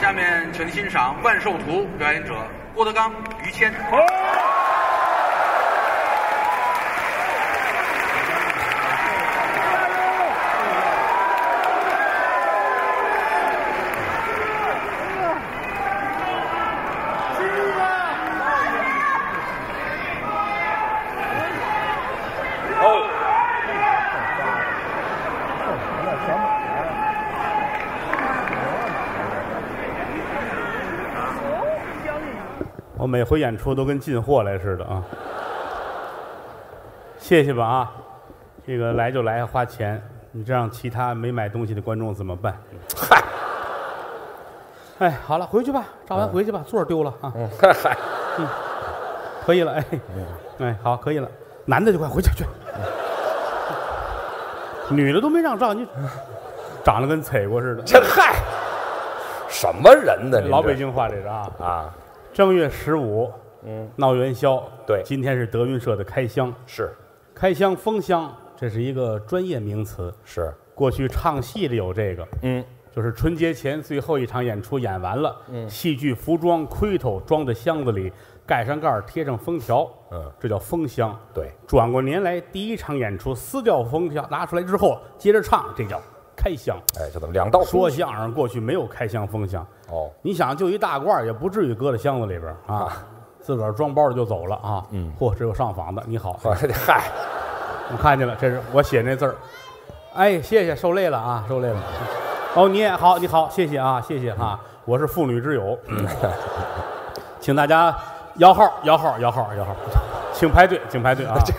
下面请欣赏《万寿图》表演者郭德纲、于谦。我哦每回演出都跟进货来似的啊。谢谢吧啊，这个来就来，花钱，你这让其他没买东西的观众怎么办？嗨，哎，好了，回去吧，照完回去吧，座儿丢了啊，嗯嗨，嗯可以了，哎， 哎，好，可以了，男的就快回去去，女的都没让照，你长得跟踩过似的，嗯 这嗨，什么人呢？您这老北京话这是啊。啊，正月十五，嗯，闹元宵，对今天是德云社的开箱，是开箱封箱，这是一个专业名词。是，过去唱戏的有这个，嗯，就是春节前最后一场演出演完了，戏剧服装盔头装在箱子里，盖上盖儿，贴上封条，嗯，这叫封箱。对，转过年来，第一场演出撕掉封条，拿出来之后接着唱，这叫开箱。哎，这怎么两道说相声过去没有开箱封箱，哦，你想就一大褂儿也不至于搁在箱子里边儿啊，自个儿装包里就走了啊。嗯，嚯，这有上访的，你好，哦 嗨，我看见了，这是我写那字儿。哎，谢谢，受累了啊，受累了。哦，你也好，你好，谢谢啊，谢谢啊，我是妇女之友，请大家摇号，摇号，摇号，摇号，请排队，请排队啊，这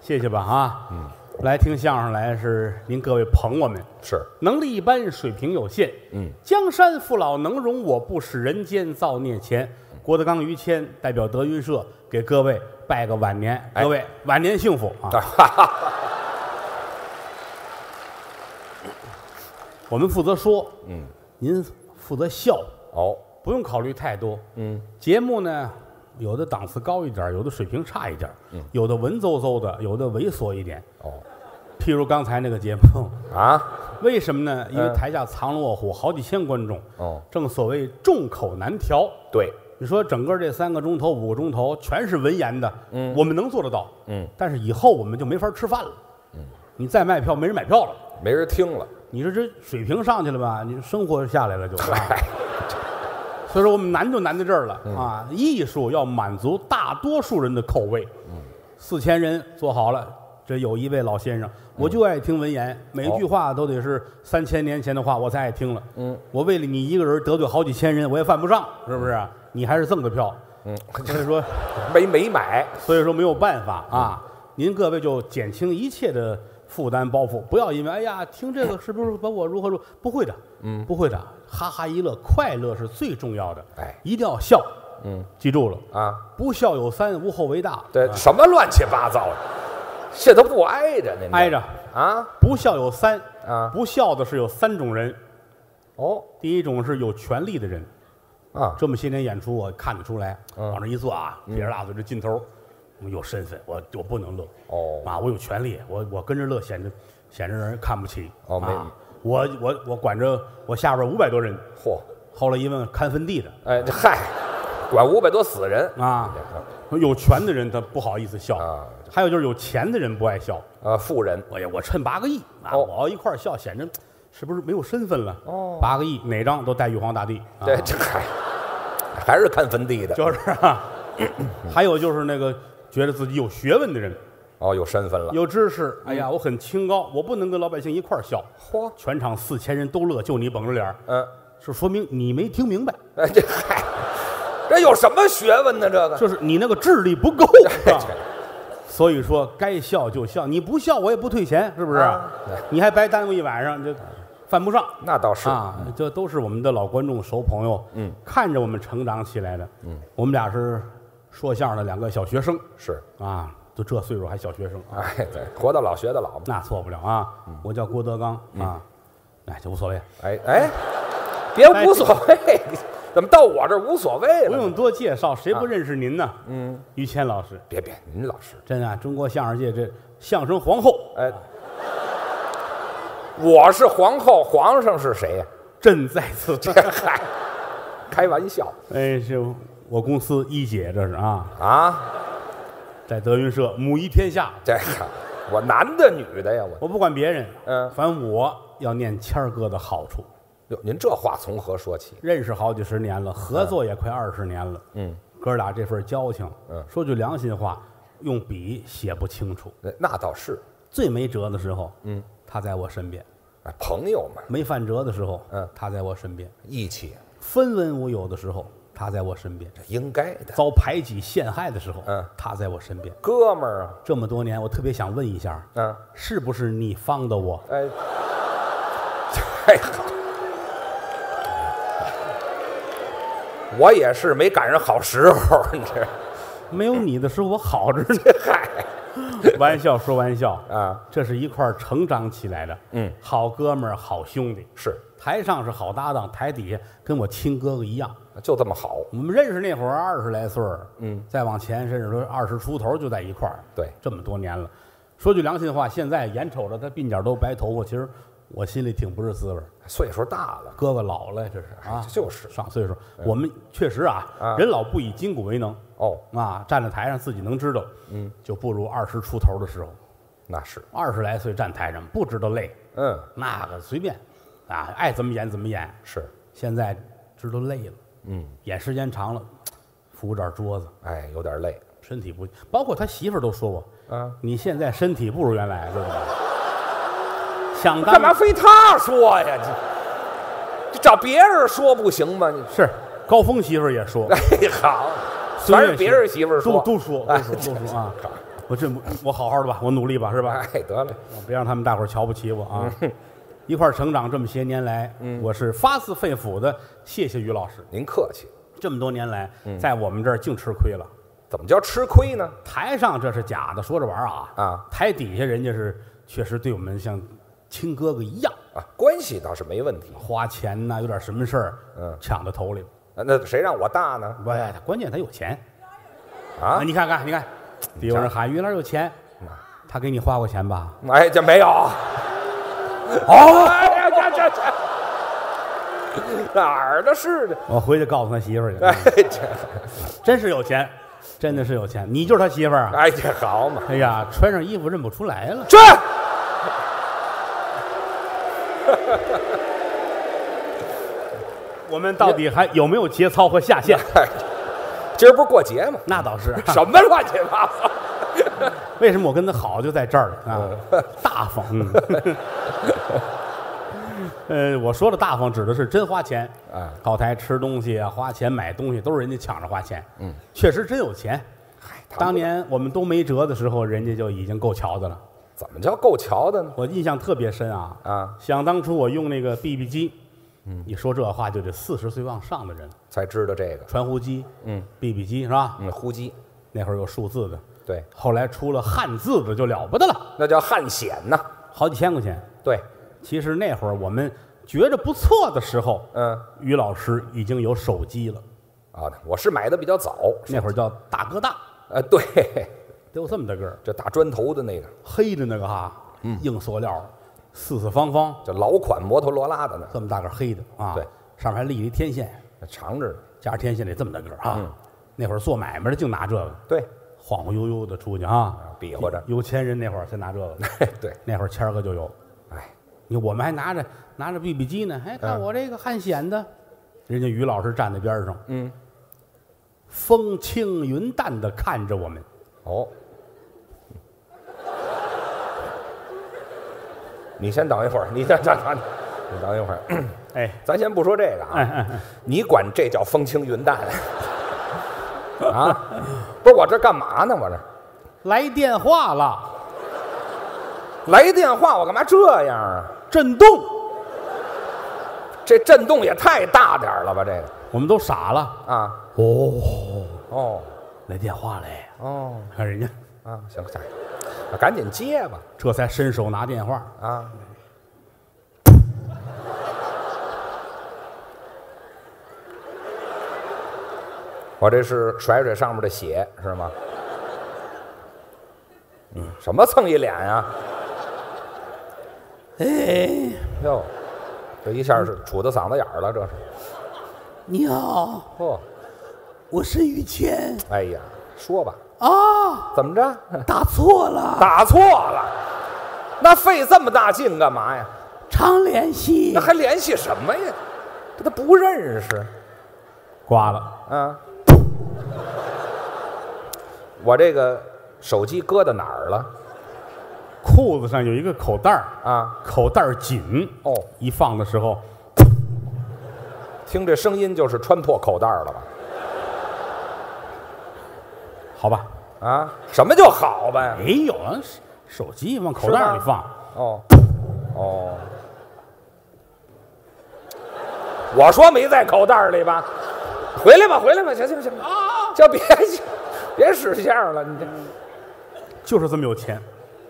谢谢吧啊。嗯，来听相声来是您各位捧我们，是能力一般，水平有限。嗯，江山父老能容我，不使人间造孽钱。郭德纲、于谦代表德云社给各位拜个晚年，哎各位晚年幸福 啊！我们负责说，嗯，您负责笑，哦，不用考虑太多。嗯，节目呢，有的档次高一点，有的水平差一点，嗯，有的文绉绉的，有的猥琐一点。哦，譬如刚才那个节目，啊，为什么呢？因为台下藏龙卧虎，好几千观众。哦，正所谓众口难调。对，你说整个这三个钟头、五个钟头全是文言的，嗯，我们能做得到，嗯，但是以后我们就没法吃饭了，嗯，你再卖票没人买票了，没人听了，你说这水平上去了吧？你生活下来了就，啊嗨，所以说我们难就难在这儿了啊！艺术要满足大多数人的口味，嗯，四千人坐好了。这有一位老先生，我就爱听文言，每句话都得是三千年前的话，我才爱听了。嗯，我为了你一个人得罪好几千人，我也犯不上，是不是？你还是赠个票。嗯， 所以说，没没买，所以说没有办法啊，您各位就减轻一切的负担包袱，不要因为哎呀听这个是不是把我如何如何不会的，嗯，不会的，哈哈一乐，快乐是最重要的，哎一定要笑，嗯，记住了，啊，不孝有三，无后为大，这啊什么乱七八糟的，这都不挨着呢，挨着啊，不孝有三啊不孝的是有三种人，哦，第一种是有权力的人，啊，这么些年演出我看得出来，嗯往那一坐啊，撇着大嘴这劲头儿，我有身份，我我不能乐，哦，啊，我有权利，我我跟着乐显着显着让人看不起。哦没啊，我我我管着我下边五百多人，嚯，后来一问看坟地的哎，这嗨，管五百多死人啊，有权的人他不好意思笑，嗯啊还有就是有钱的人不爱笑。啊，富人哎呀，我趁八个亿啊，哦我要一块儿笑，显着是不是没有身份了？哦八个亿哪张都带玉皇大帝，啊、这这还还是看坟地 的，就是 啊。还有就是那个觉得自己有学问的人，哦，有身份了，有知识。哎嗯呀，我很清高，我不能跟老百姓一块儿笑。嚯，全场四千人都乐，就你绷着脸儿嗯，是说明你没听明白，哎，这嗨，这有什么学问呢？这个就是你那个智力不 够。是吧这所以说，该笑就笑，你不笑我也不退钱，是不是啊对？你还白耽误一晚上，这犯不上那倒是啊！这都是我们的老观众、熟朋友，嗯，看着我们成长起来的，嗯，我们俩是说相声的两个小学生是，啊，就这岁数还小学生啊，哎，对，活到老学到老嘛，那错不了啊！我叫郭德纲啊，哎，就无所谓，哎哎，别无所谓，哎怎么到我这儿无所谓了？不用，多介绍，谁不认识您呢？啊嗯，于谦老师，别别，您老师，真啊，中国相声界这相声皇后，哎，我是皇后，皇上是谁呀？朕在 此。这嗨，开玩笑哎，是我公司一姐，这是啊，啊！在德云社母仪天下。这个我男的女的呀，我我不管别人，嗯反正我要念谦儿哥的好处。哟，您这话从何说起？认识好几十年了，合作也快二十年了。嗯，哥俩这份交情，嗯说句良心话，用笔写不清楚。那那倒是，最没辙的时候，嗯，他在我身边；哎朋友嘛，没饭辙的时候，嗯他在我身边；义气，分文无有的时候，他在我身边；这应该的。遭排挤陷害的时候，嗯他在我身边。哥们儿啊，这么多年，我特别想问一下，嗯，是不是你放的我？哎，太好。 我也是没赶上好时候，你这没有你的时候，我好着呢。嗨 玩笑说玩笑，啊，这是一块儿成长起来的，嗯，好哥们儿，好兄弟。是台上是好搭档，台底下跟我亲哥哥一样。就这么好，我们认识那会儿二十来岁儿，嗯，再往前甚至说二十出头就在一块儿，对这么多年了。说句良心话，现在眼瞅着他鬓角都白头发，其实我心里挺不是滋味儿。岁数大了，哥哥老了，这是啊，哎就是哎上岁数。我们确实啊，啊人老不以筋骨为能哦，啊，站在台上自己能知道，嗯，就不如二十出头的时候。那是，二十来岁站台上不知道累，嗯，那个随便，啊，爱怎么演怎么演。是，现在知道累了，嗯，演时间长了，扶点桌子，哎，有点累，身体不，包括他媳妇儿都说我，啊，你现在身体不如原来，知道 吗？想当干嘛非他说呀？你你找别人说不行吗？你是高峰媳妇儿也 说，哎，好，孙全悦是别人媳妇儿说，哎都都说都说都说啊，我这我好好的吧，我努力吧，是吧？哎，嗯得嘞，别让他们大伙儿瞧不起我啊！一块儿成长这么些年来，嗯我是发自肺腑的谢谢于老师。您客气，这么多年来，嗯在我们这儿净吃亏了。怎么叫吃亏呢？台上这是假的，说着玩儿啊啊！台底下人家是确实对我们像亲哥哥一样，啊，关系倒是没问题，花钱呐、有点什么事儿，嗯抢到头里。啊那谁让我大呢？喂，关键他有钱啊你看看，你嗯看，底下有人喊于老师有钱，他给你花过钱吧？哎，这没有。哦，哎呀，这这这哪儿的事呢？我回去告诉他媳妇儿去，哎，这真是有钱，真的是有钱。你就是他媳妇儿啊！哎，这好嘛，哎呀，穿上衣服认不出来了。这。我们到底还有没有节操和下 限？哎今儿不是过节吗？那倒是，什么乱七八糟！为什么我跟他好就在这儿了啊？大方。嗯 呃，我说的大方指的是真花钱啊，靠台吃东西啊，花钱买东西都是人家抢着花钱。嗯，确实真有钱。当年我们都没辙的时候，人家就已经够瞧的了。怎么叫够瞧的呢？我印象特别深啊嗯啊！想当初我用那个 BB 机，一说这话就得四十岁往上的人了，才知道这个，传呼机，嗯，BB 机是吧？嗯，呼机，那会儿有数字的，对，后来出了汉字的就了不得了，那叫汗显呐。好几千块钱。对，其实那会儿我们觉着不错的时候，嗯，于老师已经有手机了，啊，我是买的比较早，那会儿叫大哥大，呃，对，得有这么大个儿，这大砖头的那个，黑的那个哈，嗯硬塑料，四四方方，这老款摩托罗拉的呢，这么大个儿黑的啊，对，上面还立了一天线，长着呢。加上天线得这么大个儿嗯啊。那会儿做买卖的净拿这个，对，晃晃悠悠的出去啊，比划着有钱人那会儿才拿这个，对，那会儿谦儿哥就有，哎，你我们还拿着拿着 BB 机呢，哎，嗯看我这个汉显的，人家于老师站在边上，嗯，风轻云淡的看着我们，哦，你先等一会儿，你先等等，你等一会儿，哎，咱先不说这个哎啊，哎哎你管这叫风轻云淡啊？不是我这干嘛呢？我这来电话了，来电话，我干嘛这样啊？震动，这震动也太大点儿了吧？这个我们都傻了，啊，哦，哦来电话嘞，哦看人家啊，行行，啊赶紧接吧这才伸手拿电话，啊！我这是甩甩上面的血是吗？嗯，什么蹭一脸啊？哎，哟，这一下是杵到嗓子眼儿了，这是。你好，嚯、我是于谦哎呀，说吧，啊，怎么着？打错了，嗯打错了，那费这么大劲干嘛呀？常联系那。还联系什么呀？这他不认识挂了，啊！我这个手机搁到哪儿了裤子上有一个口袋儿，啊？口袋儿紧，哦，一放的时候，听这声音就是穿破口袋了吧？好吧，啊，什么就好呗？没有啊，手手机往口袋儿里是放，哦，哦，我说没在口袋里吧？回来吧，回来吧，行行行啊，就别别使相了，你这就是这么有钱。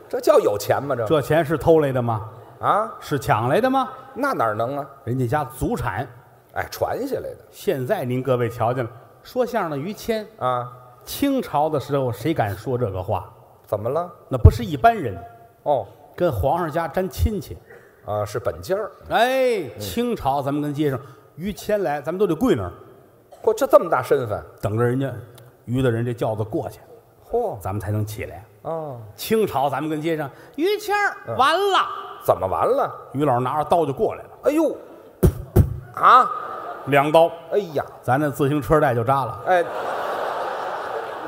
这叫有钱吗？这这钱是偷来的吗？啊，是抢来的吗？那哪能啊？人家家祖产，哎，传下来的现在您各位瞧见了，说相声的于谦，啊，清朝的时候谁敢说这个话？怎么了？那不是一般人，哦，跟皇上家沾亲戚。啊，是本家儿，哎，清朝咱们跟街上于谦来，咱们都得跪那儿嚯，这这么大身份，等着人家于大人这轿子过去，嚯，咱们才能起来。哦，清朝咱们跟街上于谦儿完了，怎么完了？嗯于老师拿着刀就过来了，哎呦，啊，两刀，哎呀，咱那自行车带就扎了。哎，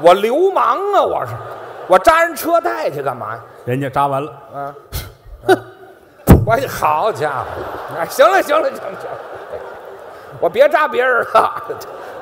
我流氓啊，我是，我扎人车带去干嘛呀？人家扎完了，啊，我好家伙！哎，行了行了行了行了，我别扎别人了，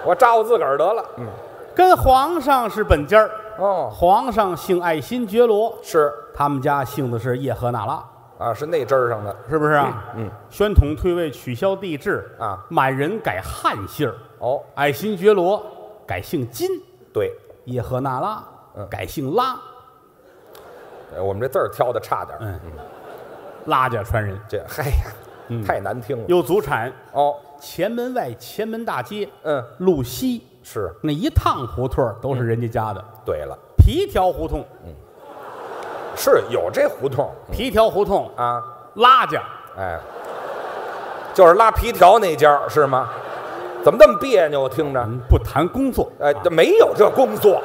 我扎我自个儿得了。嗯，跟皇上是本家儿，哦，皇上姓爱新觉罗，是他们家姓的是叶赫那拉，啊，是那针儿上的。是不是啊？嗯，宣统退位，取消帝制啊，满人改汉姓儿，哦，爱新觉罗改姓金，对，叶赫那拉嗯改姓拉，呃我们这字儿挑的差点儿，嗯，拉家传人这嗨呀，太难听了。有祖产，哦，前门外、前门大街、嗯，路西是那一趟胡同儿都是人家家的，对了，皮条胡同，是有这胡同皮条胡同，啊，拉家哎，就是拉皮条那家儿是吗？怎么这么别扭？啊听着，嗯不谈工作，哎，这没有这工作，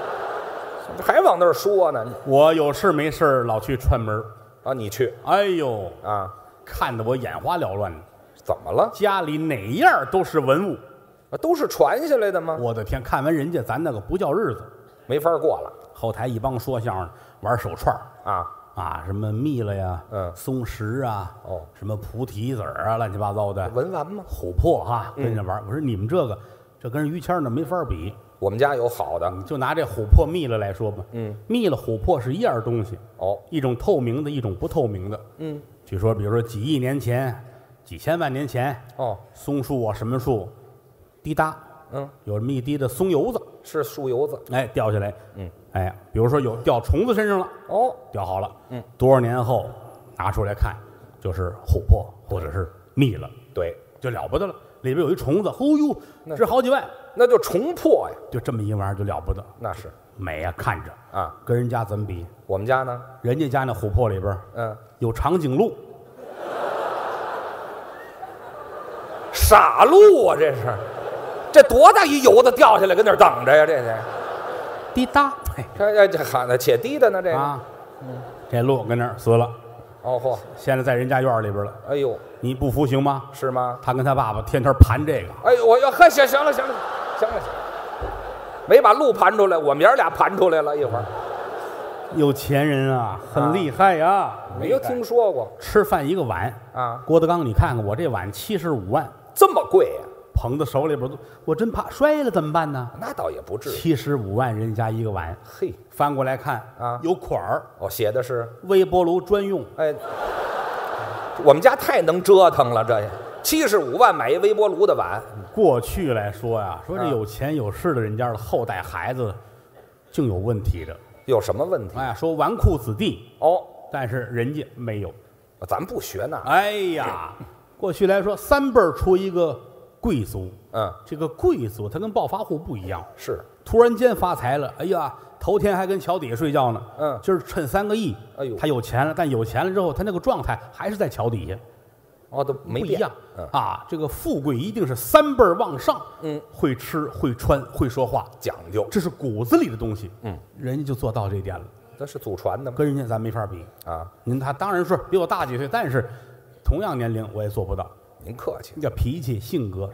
还往那儿说呢。我有事没事儿老去串门儿啊，你去哎呦，啊？看得我眼花缭乱的，怎么了？家里哪样儿都是文物。啊都是传下来的吗？我的天，看完人家，咱那个不叫日子。没法过了后台一帮说相声的玩手串儿啊！啊，什么蜜了呀，嗯松石啊，哦什么菩提子儿啊，乱七八糟的，文玩吗？琥珀哈，跟着玩儿。我说你们这个，这跟于谦儿那没法比。我们家有好的你就拿这琥珀蜜了来说吧，嗯，蜜了琥珀是一样东西，哦，一种透明的，一种不透明的。嗯，据说，比如说几亿年前、几千万年前，哦，松树啊，什么树，滴答，嗯，有这么一滴的松油子，是树油子哎，掉下来，嗯，哎，比如说有掉虫子身上了，哦，掉好了，嗯，多少年后拿出来看，就是琥珀或者是蜜了，对，就了不得了。里边有一虫子，呼呦，那值好几万，那就重破呀，就这么一玩意儿就了不得，那是美啊，看着，啊。跟人家怎么比？我们家呢，人家家那琥珀里边嗯，有长颈鹿，傻路啊，这是，这多大一油子掉下来，跟那儿等着呀？这得，滴答，嘿这这喊的且低的呢，这个啊，这鹿跟那儿死了，哦嚯，现在在人家院儿里边了，哎呦，你不服行吗？是吗？他跟他爸爸天天盘这个，哎呦，我要呵，行行了，行了，行了，行了，没把路盘出来，我们爷儿俩盘出来了一会儿，有钱人啊，很厉害呀、没有听说过吃饭一个碗，啊，郭德纲，你看看我这碗七十五万，这么贵呀、捧在手里边都，我真怕摔了怎么办呢？那倒也不至于。七十五万人家一个碗，嘿，翻过来看啊有款儿，我写的是，微波炉专用，哎，我们家太能折腾了，这七十五万买一微波炉的碗，过去来说呀、说这啊有钱有势的人家的后代孩子，竟有问题的。有什么问题？哎呀，说纨绔子弟，哦，但是人家没有。咱不学那，哎呀，过去来说三辈儿出一个贵族，嗯，这个贵族他跟暴发户不一样，是，突然间发财了，哎呀，头天还跟桥底下睡觉呢，嗯今儿趁三个亿，哎呦他有钱了，但有钱了之后，他那个状态还是在桥底下，哦，都不没一变样嗯，啊。这个富贵一定是三辈儿往上，嗯，会吃会穿会说话，讲究，这是骨子里的东西。嗯，人家就做到这一点了，那是祖传的吗？跟人家咱没法比。啊，您他当然是比我大几岁，但是同样年龄我也做不到。您客气，你叫脾气性格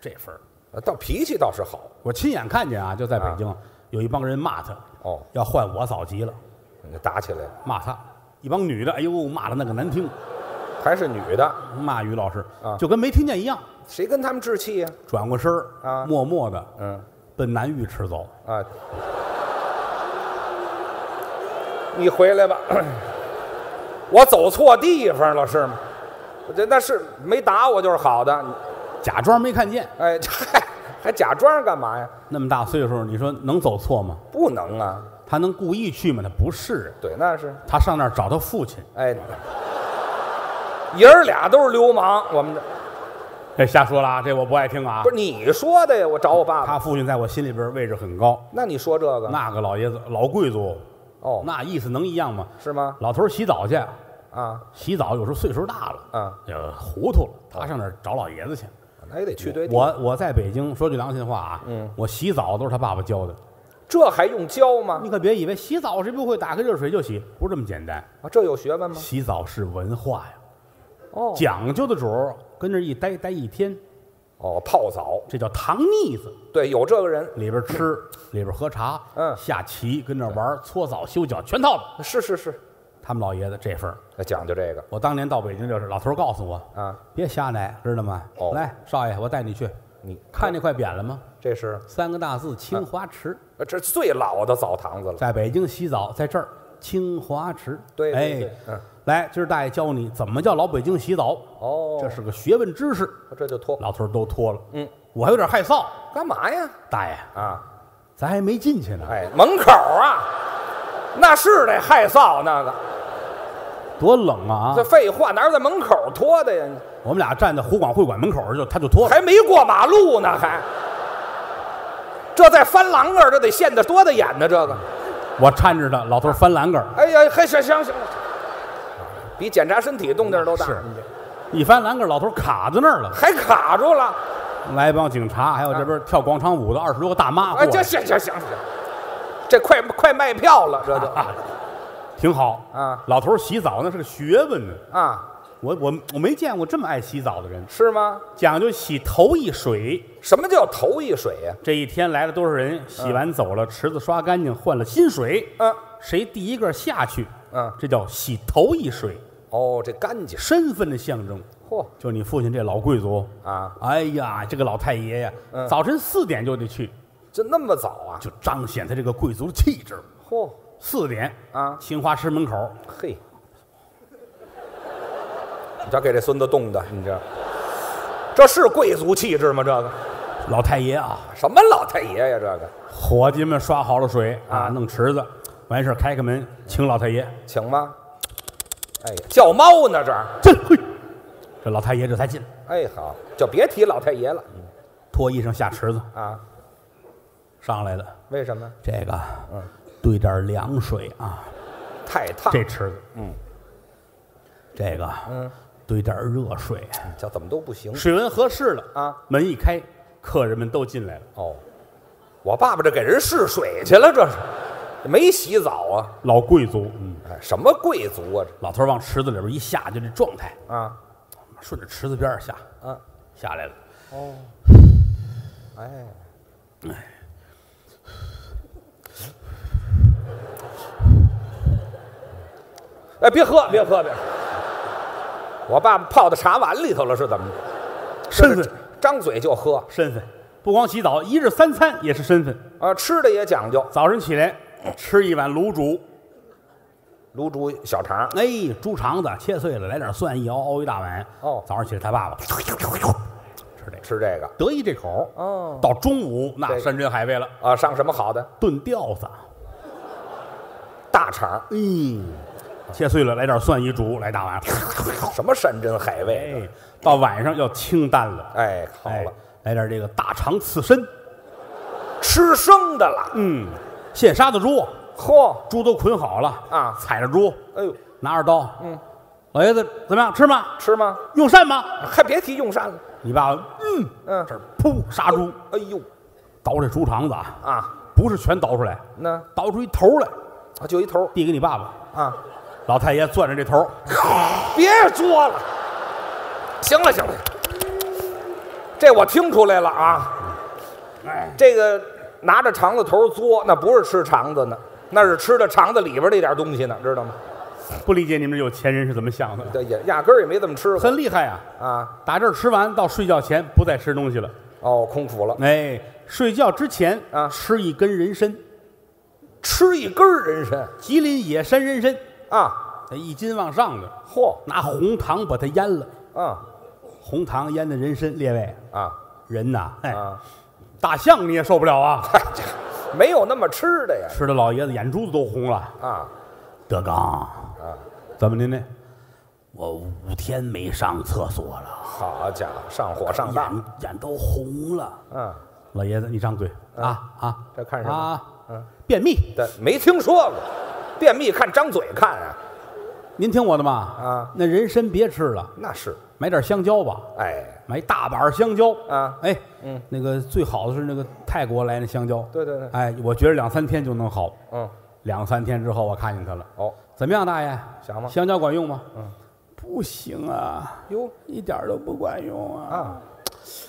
这份儿，啊倒脾气倒是好我亲眼看见啊，就在北京有一帮人骂他，哦，要换我早急了，那打起来了，骂他。一帮女的，哎呦，骂的那个难听，还是女的，骂于老师啊就跟没听见一样。谁跟他们置气呀？转过身儿啊默默的，嗯奔南浴池走。啊，你回来吧，我走错地方了是吗？我这那是没打我就是好的，假装没看见。哎，这还还假装干嘛呀？那么大岁数，你说能走错吗？不能啊，他能故意去吗？他不是，啊对，那是他上那儿找他父亲。哎，爷儿俩都是流氓，我们这 这瞎说了啊，这我不爱听啊不。是你说的呀？我找我爸爸，他父亲在我心里边位置很高，那你说这个那个老爷子老贵族，哦，那意思能一样吗？是吗？老头儿洗澡去，啊，洗澡有时候岁数大了，嗯，呃，糊涂了，他上那儿找老爷子去。那也得去对地，我我在北京，说句良心话啊，嗯，我洗澡都是他爸爸教的。这还用教吗你？可别以为洗澡谁不会，打开热水就洗，不是这么简单。啊，这有学问吗？洗澡是文化呀，哦讲究的主儿跟那儿一待待一天，哦，泡澡，这叫糖腻子，对，有这个人，里边吃，里边喝茶，嗯下棋，跟那玩儿搓澡、修脚，全套了。是是是，他们老爷子这份儿，那讲究这个我当年到北京就是，老头儿告诉我，啊，别瞎来，知道吗？哦来，少爷，我带你去，你看见块匾了吗？这是三个大字清华池，呃这是最老的澡堂子了，在北京洗澡，在这儿清华池。对对哎对，嗯，来，今儿大爷教你怎么叫老北京洗澡，哦，这是个学问知识。这就脱，老头儿都脱了，嗯，我还有点害臊，干嘛呀？大爷，啊，咱还没进去呢，哎，门口啊，那是得害臊那个。多冷啊这！废话，哪有在门口脱的呀？我们俩站在湖广会馆门口儿就他就脱了，还没过马路呢，还这在翻栏杆儿，这得现得多大眼呢？这个，我搀着他，老头儿翻栏杆儿，哎呀，还行行行，比检查身体动静儿都大，是一翻栏杆儿，老头儿卡在那儿了。还卡住了。来一帮警察，还有这边跳广场舞的二十多个大妈过哎，这来，行行行行，这快快卖票了，这啊就挺好啊老头儿洗澡那是个学问呢，啊，我我我没见过这么爱洗澡的人，是吗？讲究洗头一水。什么叫头一水呀？这一天来了多少人？洗完走了，池子刷干净，换了新水。嗯，谁第一个下去？嗯这叫洗头一水，哦，这干净，身份的象征。嚯就你父亲这老贵族啊，哎呀，这个老太爷呀，早晨四点就得去，这那么早啊？就彰显他这个贵族的气质。嚯，四点啊清华池门口，嘿，你瞧给这孙子冻的，你这这是贵族气质吗？这个老太爷啊，什么老太爷呀？这个，伙计们刷好了水啊，啊弄池子，完事儿开开门，请老太爷。请吗？哎呀，叫猫呢这儿，这嘿，这老太爷这才进，哎好，就别提老太爷了脱衣裳下池子啊？上来了。为什么？这个，兑点凉水啊，太烫，这池子，嗯，这个，嗯，兑点热水，叫怎么都不行水温合适了啊，门一开，客人们都进来了。哦。我爸爸这给人试水去了，这是没洗澡啊？老贵族，嗯，哎，什么贵族啊？老头儿往池子里边一下，就这状态，这啊，顺着池子边儿下，嗯，下来了。哎，哎，别喝，别喝，别喝！我爸爸泡到茶碗里头了，是怎么着？身这是份，张嘴就喝身份，不光洗澡，一日三餐也是身份。啊，吃的也讲究，早晨起来哎吃一碗卤煮，卤煮小肠，哎，猪肠子切碎了，来点蒜，一熬熬一大碗。哦早上起来他爸爸吃这个。吃这个得意这口。哦，到中午这那个山珍海味了，啊，上什么好的？炖吊子，大肠，嗯，切碎了来点蒜一煮，来大碗。什么山珍海味？哎，到晚上要清淡了，哎，好了哎，来点这个大肠刺身，吃生的了，嗯，现杀的猪，啊嚯，猪都捆好了啊踩着猪，哎呦，拿着刀，嗯，老爷子怎么样？吃吗？吃吗？用膳吗？还别提用膳了。你爸爸嗯，嗯这儿噗杀猪，哎呦倒这猪肠子啊，啊，不是全倒出来，那倒出一头来，啊就一头儿递给你爸爸。啊，老太爷攥着这头，别作了。行了行了，这我听出来了啊。这个拿着肠子头儿嘬，那不是吃肠子呢，那是吃的肠子里边儿那点儿东西呢，知道吗？不理解你们有钱人是怎么想的，这也压根儿也没怎么吃过很厉害呀、啊。打这儿吃完到睡觉前不再吃东西了，哦，空腹了，哎，睡觉之前啊吃一根人参，吃一根儿人参吉林野山人参，啊，哎一斤往上的，嚯拿红糖把它腌了，啊红糖腌的人参，列位啊人呐，哎，啊，大象你也受不了啊，嗨、这没有那么吃的 呀吃的老爷子眼珠子都红了。啊。德刚，怎么您呢？我五天没上厕所了，好家伙，上火上当，眼眼都红了。嗯，老爷子，你张嘴啊啊！这看什么啊？嗯，便秘。但没听说过，便秘看张嘴看啊，您听我的嘛？啊，那人参别吃了，那是，买点香蕉吧，哎，买大板香蕉啊哎，嗯，那个最好的是那个泰国来那香蕉。对对对哎，我觉得两三天就能好。嗯，两三天之后我看见他了，哦，怎么样，大爷？想吗香蕉管用吗？嗯，不行啊，哟一点儿都不管用啊。啊，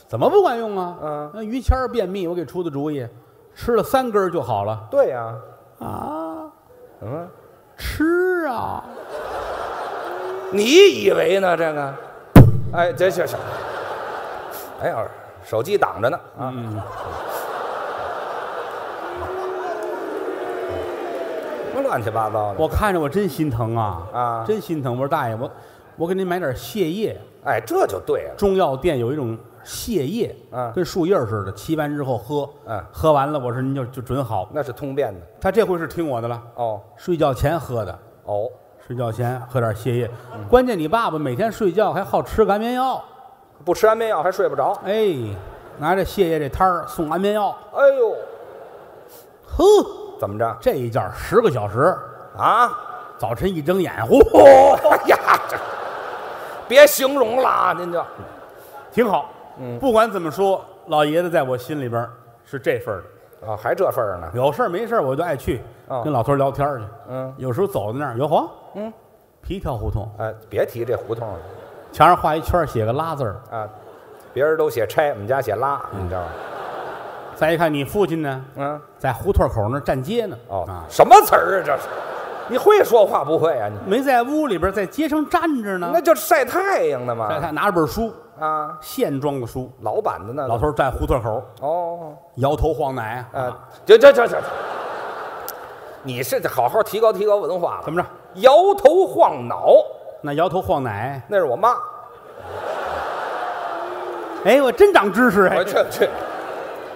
怎么不管用啊？嗯那于谦儿便秘，我给出的主意，吃了三根儿就好了对呀、啊。嗯，吃啊，你以为呢？这个，哎，这行行，哎呀，手机挡着呢啊，嗯什么乱七八糟的，我看着我真心疼啊，啊真心疼。我说大爷，我我给您买点泻叶，哎，这就对了，中药店有一种泻叶，嗯跟树叶儿似的，沏完之后喝，嗯喝完了，我说您就就准好。那是通便的，他这回是听我的了，哦睡觉前喝的，哦，睡觉前喝点泻叶。关键你爸爸每天睡觉还好吃个安眠药，不吃安眠药还睡不着，哎，拿着泻叶这摊儿送安眠药，哎呦，呵。怎么着这一觉十个小时，啊？早晨一睁眼，呼，哦呀，这别形容了啊，您就挺好。嗯不管怎么说，老爷子在我心里边是这份儿的。啊，还这份儿呢？有事儿没事儿我就爱去哦跟老头儿聊天儿去。嗯，有时候走到那儿，哟呵，嗯，皮条胡同哎，别提这胡同了墙上画一圈儿，写个拉字儿。啊，别人都写拆，我们家写拉，你知道吗？再一看你父亲呢，嗯，在胡同口那儿站街呢。哦啊，，什么词儿啊这是？你会说话不会啊？你没在屋里边，在街上站着呢那。就是晒太阳的在他嘛拿着本书，啊，线装的书。老板的那老个头儿站胡同口，哦，摇头晃脑啊。啊，这这这这，你是得好好提高提高文化了。怎么着？摇头晃脑，那摇头晃脑，那是我妈。哎，我真长知识哎我。这这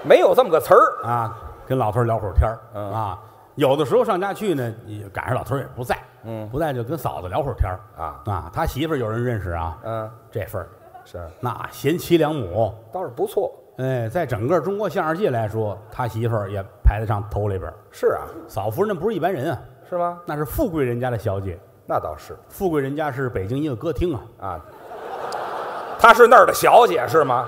没有这么个词儿。啊，跟老头儿聊会儿天儿、嗯啊。有的时候上家去呢，也赶上老头儿也不在，嗯，不在就跟嫂子聊会儿天儿啊他媳妇儿有人认识啊，嗯，这份儿是，那贤妻良母，倒是不错。哎，在整个中国相声界来说，他媳妇儿也排得上头里边儿。是啊，嫂夫人那不是一般人啊，是吗？那是富贵人家的小姐，那倒是富贵人家是北京一个歌厅啊，啊。她是那儿的小姐是吗？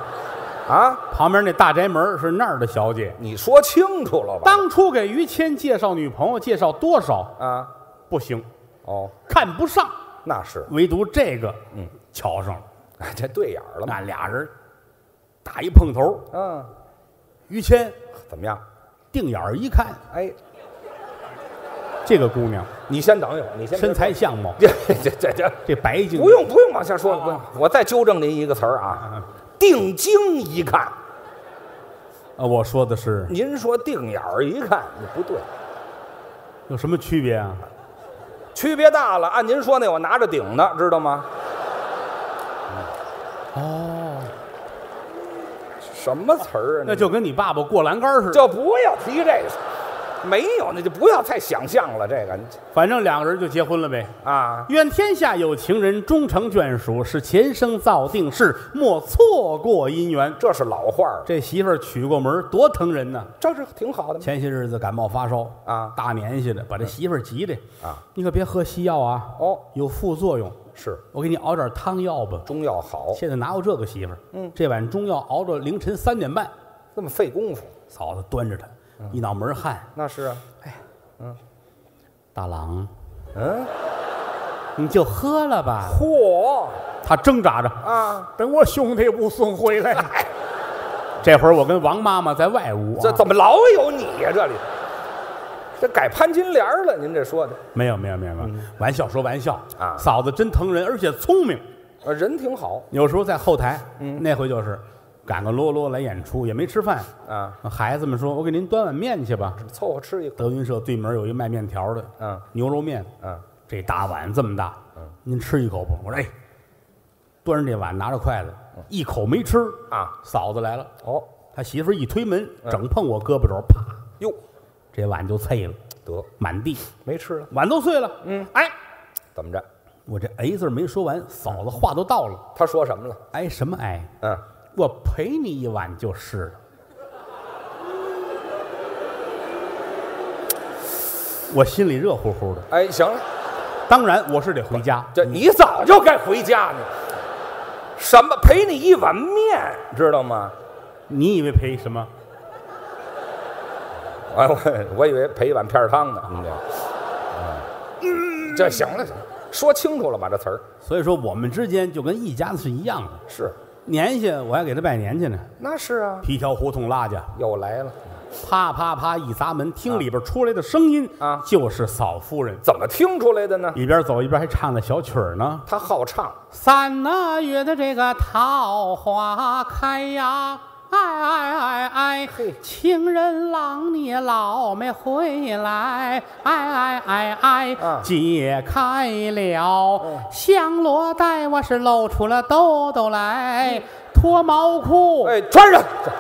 啊，旁边那大宅门儿是那儿的小姐。你说清楚了吧？当初给于谦介绍女朋友，介绍多少啊，不行，哦，看不上，那是，唯独这个，嗯，瞧上了。哎，这对眼儿了嘛？那俩人打一碰头，嗯，于谦怎么样？定眼儿一看，哎，这个姑娘你先等一会儿，你先身材相貌，别， 这这这这这白净， 不用不用往下说了，不用。我再纠正您一个词儿啊，定睛一看，啊，我说的是您说定眼儿一看，你不对，有什么区别啊？区别大了。按您说那我拿着顶呢，知道吗？哦，什么词儿啊？那就跟你爸爸过栏杆似的，就不要提这个，没有，那就不要太想象了。这个你反正两个人就结婚了呗。啊，愿天下有情人终成眷属，是前生造定事，莫错过姻缘。这是老话儿，这媳妇儿娶过门儿，多疼人呐！这是挺好的嘛前些日子感冒发烧啊大年纪的，把这媳妇儿急的啊，你可别喝西药啊，哦，有副作用。是我给你熬点汤药吧。中药好，现在哪有这个媳妇儿？嗯，这碗中药熬到凌晨三点半，这么费功夫，嫂子端着他，一脑门汗。那是啊，大郎，嗯，你就喝了吧。嚯他挣扎着，啊，等我兄弟不送回来， 这会儿我跟王妈妈在外屋、啊，这怎么老有你呀、这里，这改潘金莲了，您这说的，没有没有没有没有，玩笑说玩笑啊嫂子真疼人，而且聪明。呃人挺好有时候在后台，嗯，那回就是赶个啰啰来演出，也没吃饭。啊，孩子们说：“我给您端碗面去吧。凑合吃一”口，德云社对门有一卖面条的，嗯，牛肉面，嗯，这大碗这么大，嗯，您吃一口不？我说哎，端着这碗，拿着筷子，一口没吃啊。嫂子来了，哦，他媳妇儿一推门，整碰我胳膊肘，啪，哟，这碗就碎了，得满地，没吃了，碗都碎了。嗯，哎，怎么着？我这哎字儿没说完，嫂子话都到了，他说什么了？哎什么哎？嗯，我陪你一碗就是了。我心里热乎乎的，哎，行了，当然我是得回家。这你早就该回家呢。什么赔你一碗面，知道吗？你以为陪什么？哎，我我以为赔一碗片儿汤呢。你这，嗯，这行了，行了说清楚了吧？这词儿所以说我们之间就跟一家子是一样的。是，年下我还给他拜年去呢，那是啊，皮条胡同拉去，又来了，啪啪啪一砸门，听里边出来的声音啊就是嫂夫人，怎么听出来的呢？一边走一边还唱着小曲儿呢。他好唱，三那月的这个桃花开呀，哎哎哎哎嘿，情人郎你老没回来，哎哎哎哎，啊哦解开了香罗带，我是露出了兜兜来，脱毛裤，嗯哎，穿上。这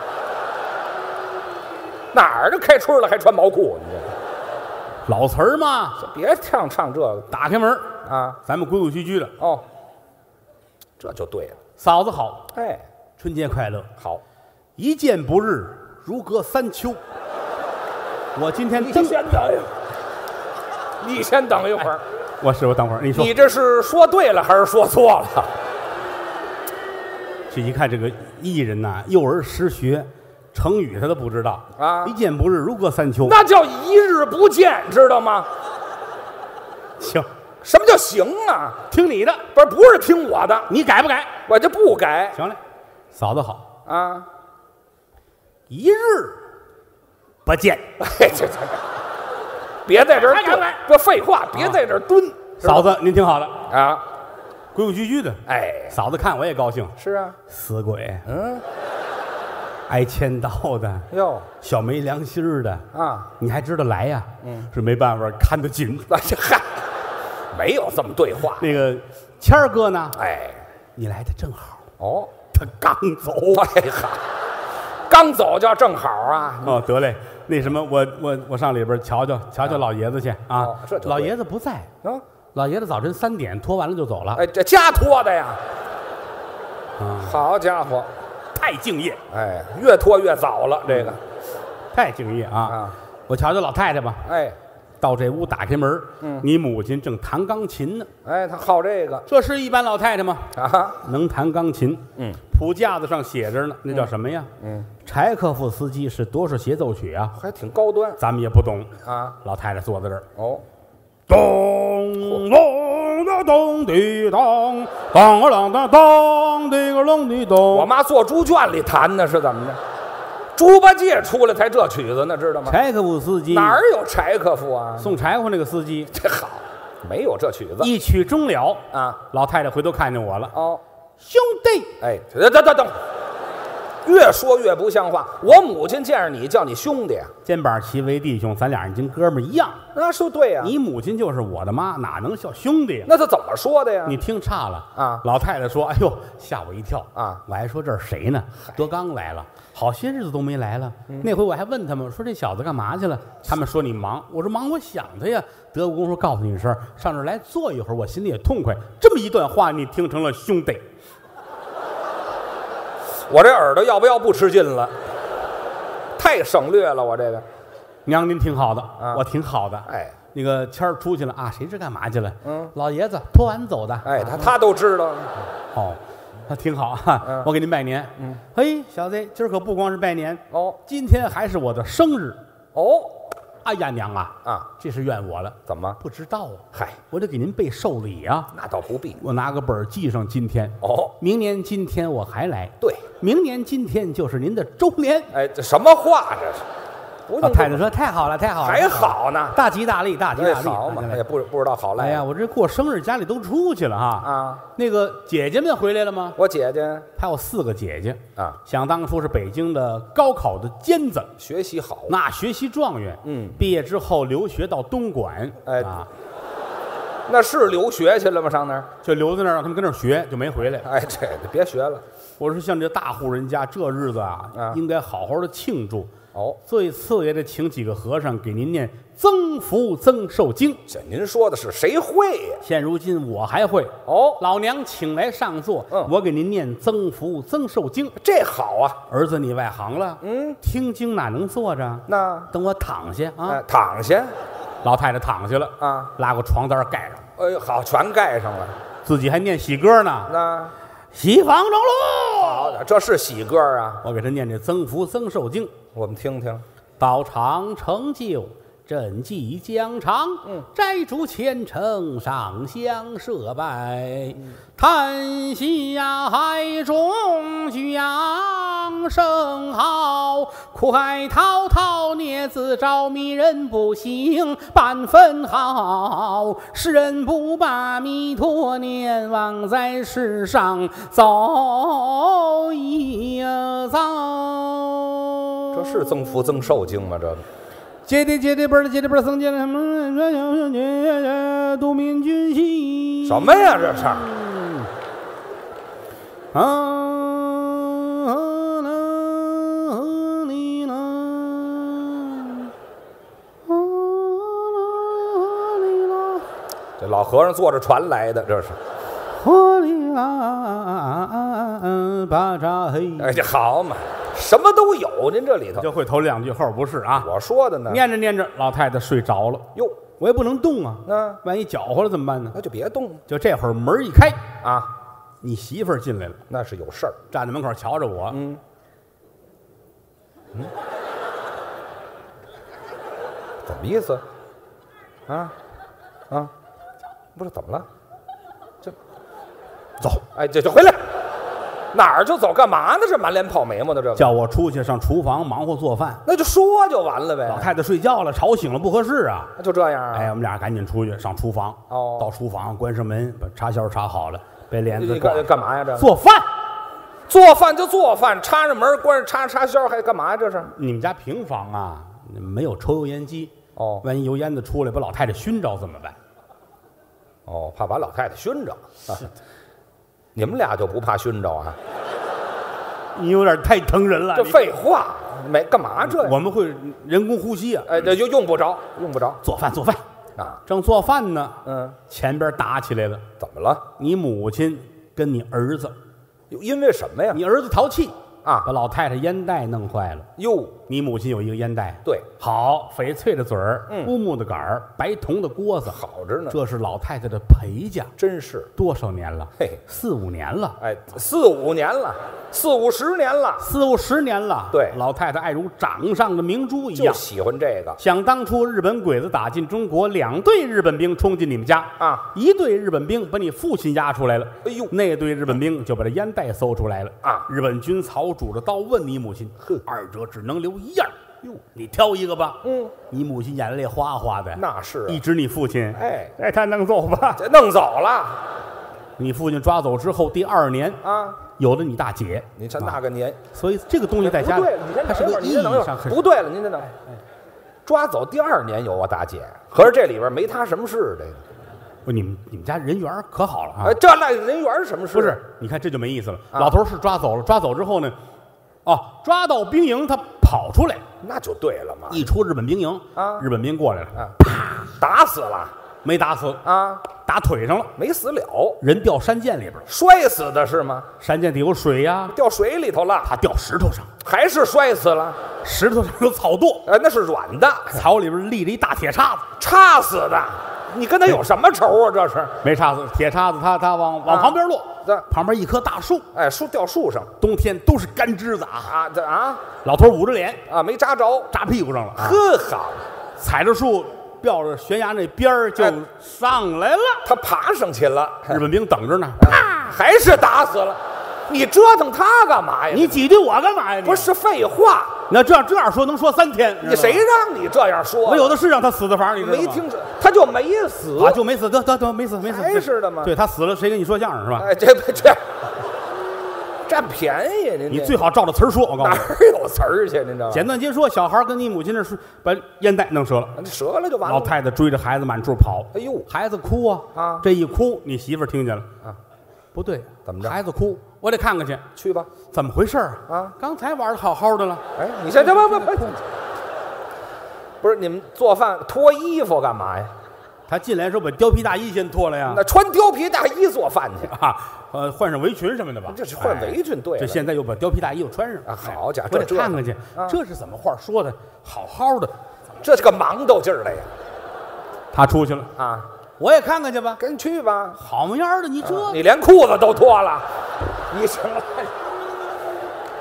哪儿都开春了还穿毛裤？你老词儿嘛。这别唱唱这个打开门，啊！咱们规规矩矩的，哦，这就对了。嫂子好，哎，春节快乐，好，一见不日，如隔三秋。我今天你真，先等一会儿，你先等一会儿。我师傅等会儿，你说你这是说对了还是说错了？这一看这个艺人呐、幼儿失学，成语他都不知道啊一见不日，如隔三秋。那叫一日不见，知道吗？行，什么叫行啊？听你的，不是不是听我的，你改不改？我就不改行嘞，嫂子好，啊！一日不见，哎，这这， 别在这儿蹲，这废话，别在这儿蹲，知嫂道吗子您挺好的，啊！规规矩矩的。哎，嫂子看我也高兴，是啊，死鬼，嗯，挨千刀的，哟小没良心儿的，啊，你还知道来呀？嗯，是没办法，看得紧。那这 嗨，没有这么对话。那个谦儿哥呢？哎，你来的正好，哦， 他刚走。啊哎哈，刚走就正好啊，哦，得嘞，那什么，我我我上里边瞧瞧瞧瞧老爷子去啊哦这就。对老爷子不在，啊，老爷子早晨三点拖完了就走了，哎，这家拖的呀，好家伙，太敬业，哎，越拖越早了，这个，太敬业啊啊！我瞧瞧老太太吧，哎，到这屋打开门，嗯你母亲正弹钢琴呢。哎，他好这个这是一般老太太吗？啊，能弹钢琴，嗯，谱架子上写着呢，那叫什么呀？嗯，柴可夫斯基是多少协奏曲啊？还挺高端咱们也不懂。啊，老太太坐在这儿，哦，咚隆的咚滴咚，当个啷当当滴个啷滴我咚。妈做猪圈里弹的是怎么着？猪八戒出来才这曲子呢，知道吗？柴可夫斯基哪儿有柴可 夫啊？送柴火那个司机，这好，没有这曲子一曲终了啊。老太太回头看见我了，哦，兄弟，哎，等等等等，越说越不像话。我母亲见着你叫你兄弟啊，肩膀齐为弟兄，咱俩已经哥们儿一样。那说对呀、你母亲就是我的妈，哪能叫兄弟呀？那他怎么说的呀？你听差了啊老太太说：“哎呦，吓我一跳啊！”我还说这是谁呢？德刚来了，好些日子都没来了。嗯那回我还问他们说这小子干嘛去了？他们说你忙，我说忙，我想他呀。德国公说告诉你一声，上这儿来坐一会儿，我心里也痛快。这么一段话，你听成了兄弟，我这耳朵要不要不吃劲了？太省略了，我这个。娘您挺好的，我挺好的。啊哎，那个谦儿出去了啊，谁知干嘛去了？嗯，老爷子托完走的。哎，他他都知道，哦，那挺好啊嗯，我给您拜年。嗯，嘿，小子，今儿可不光是拜年哦，今天还是我的生日。哦哎呀，娘啊，啊，这是怨我了，怎么？不知道啊，嗨，我得给您备寿礼啊。那倒不必。我拿个本儿记上今天，哦，明年今天我还来。对，明年今天就是您的周年。哎，这什么话这是？不老用太太啊说：“太好了，太好了，还好呢大吉大利，大吉这大利。”好嘛，哎也呀不不知道好哎赖呀，我这过生日家里都出去了哈。啊。那个姐姐们回来了吗？我姐姐她有四个姐姐啊，想当初是北京的高考的尖子，学习好，那学习状元。嗯，毕业之后留学到东莞，哎啊，那是留学去了吗？上那儿？就留在那儿，让他们跟那儿学，就没回来。哎，这个别学了。我说像这大户人家，这日子啊，啊应该好好的庆祝。哦，最次也得请几个和尚给您念《增福增寿经》。这您说的是谁会呀？现如今我还会，哦，老娘请来上座，嗯我给您念《增福增寿经》。这好啊。儿子，你外行了，嗯，听经哪能坐着？那等我躺下啊哎，！躺下。老太太躺下了啊，拉个床单盖上，哎，好，全盖上了。自己还念喜歌呢，那喜房中路。好的，这是喜歌啊，我给他念这《增福增寿经》。我们听听。道长成就，朕即疆场，嗯摘竹千乘，上香设拜，叹息呀，海中响声号，苦海滔滔，孽子招迷人不醒半分好，世人不把弥陀念，枉在世上走一遭。这是增福增寿经吗？这个接的接的辈儿接的辈儿僧接的什么？都民军系什么呀？这是啊？啊你呢？啊你呢？这老和尚坐着船来的，这是。火里啊，巴扎嘿，哎，这好嘛，什么都有，您这里头。就会头两句后不是啊？我说的呢。念着念着，老太太睡着了，哟，我也不能动啊，那万一搅和了怎么办呢？那就别动了就这会儿门一开，啊，你媳妇儿进来了。那是有事儿。站在门口瞧着我，嗯，怎么意思？啊啊，不是怎么了？这走，哎，这就回来，哪儿就走？干嘛呢？这满脸跑眉毛的这个，叫我出去上厨房忙活做饭。那就说就完老了呗，太太睡觉了，吵醒了不合适啊。那就这样啊。哎，我们俩赶紧出去上厨房。哦到厨房关上门，把插销插好了，被帘子你挂干。干嘛呀？这做饭，做饭就做饭，插上门，关上插插销，还干嘛呀？这是你们家平房啊，没有抽油烟机，哦万一油烟子出来把老太太熏着怎么办？哦，怕把老太太熏着。啊 你们俩就不怕熏着啊？你有点太疼人了。这你废话，没干嘛这呀？我们会人工呼吸啊。哎，这就用不着，用不着做饭做饭，啊。正做饭呢，嗯，前边打起来了，怎么了？你母亲跟你儿子。又因为什么呀？你儿子淘气啊把老太太烟袋弄坏了。哟，你母亲有一个烟袋，对，好，翡翠的嘴儿，嗯乌木的杆儿，白铜的锅子，好着呢，这是老太太的陪嫁，真是，多少年了？嘿嘿四五年了，哎，四五年了，四五十年了，四五十年了。对老太太爱如掌上的明珠一就样。喜欢这个想当初，日本鬼子打进中国，两队日本兵冲进你们家啊，一队日本兵把你父亲押出来了，哎呦那队日本兵就把这烟袋搜出来了啊日本军曹拄着刀问你母亲，呵二者只能留一样，哟，你挑一个吧。嗯，你母亲眼泪哗哗的，那是啊一指你父亲，哎哎，他弄走吧。这弄走了你父亲抓走之后，第二年啊！有了你大姐，啊您这那个年，所以这个东西在家不里对，你先，它是等一个会儿，意您义先等一会上儿，很哎不对了，您再等会儿。抓走第二年有啊，大姐，合着这里边没他什么事，这个，不你们你们家人缘儿可好了啊哎，？这那人缘是什啊么事？不是，你看这就没意思了。老头儿是抓走了，抓走之后呢，哦，抓到兵营，他跑出来，那就对了嘛，一出日本兵营，啊日本兵过来了，打死了没打死，啊，打腿上了，没死了，人掉山涧里边了，摔死的是吗？山涧底有水呀、掉水里头了，他掉石头上，还是摔死了？石头上有草垛，哎，那是软的，草里边立着一大铁叉子，插死的。你跟他有什么仇啊？这是，没叉子，铁叉子它它往往啊旁边落对，旁边一棵大树，哎，树掉树上冬天都是干枝子啊。啊，这啊老头捂着脸啊没扎着，扎屁股上了，呵好，踩着树，吊着悬崖那边儿就哎上来了。他爬上去了，日本兵等着呢，还是打死了。你折腾他干嘛呀？你挤兑我干嘛呀？你不，是废话，那这样这样说能说三天？你知道谁吗？让你这样说？啊我有的是让他死的法儿，你知道吗没听说，他就没死啊，就没死，得得得，没死没死，还是的吗对他死了，谁跟你说相声是吧？哎，这不这占便宜啊您这？你最好照着词儿说，我告诉哪你。儿有词儿去？您知道吗？简短截说，小孩儿跟你母亲那说，把烟袋弄折了。折了就完了。老太太追着孩子满处跑，哎呦孩子哭啊啊这一哭，你媳妇儿听见了啊，不对，怎么着孩子哭，我得看看去，去吧，怎么回事儿啊？刚才玩的好好的了，哎，你这这不不不，不是你们做饭脱衣服干嘛呀？他进来时候把貂皮大衣先脱了呀那，穿貂皮大衣做饭去，啊，呃，换上围裙什么的吧，哎哎这是换围裙对了这现在又把貂皮大衣又穿上，哎啊好家伙我得这看看去啊，这是怎么话说的？好好的，这是个忙叨劲儿的呀！他出去了，啊，我也看看去吧，跟去吧，好模样儿的，你这嗯你连裤子都脱了，你行了，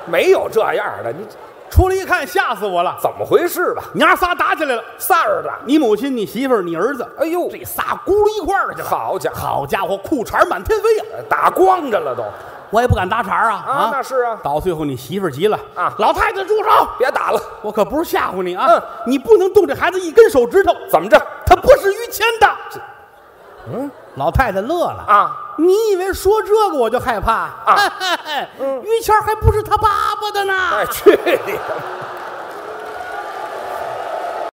没有这样的，你出来一看，吓死我了，怎么回事吧？娘仨打起来了，三儿子，你母亲、你媳妇儿、你儿子，哎呦，这仨咕噜一块儿去了。好家伙，好家伙，裤衩满天飞呀、打光着了都，我也不敢搭茬啊啊那是啊到最后，你媳妇儿急了啊老太太住手！别打了，我可不是吓唬你啊，嗯你不能动这孩子一根手指头，怎么着？他不是于谦的。嗯，嗯老太太乐了啊！你以为说这个我就害怕啊？于谦还不是他爸爸的呢。哎哎，去你的！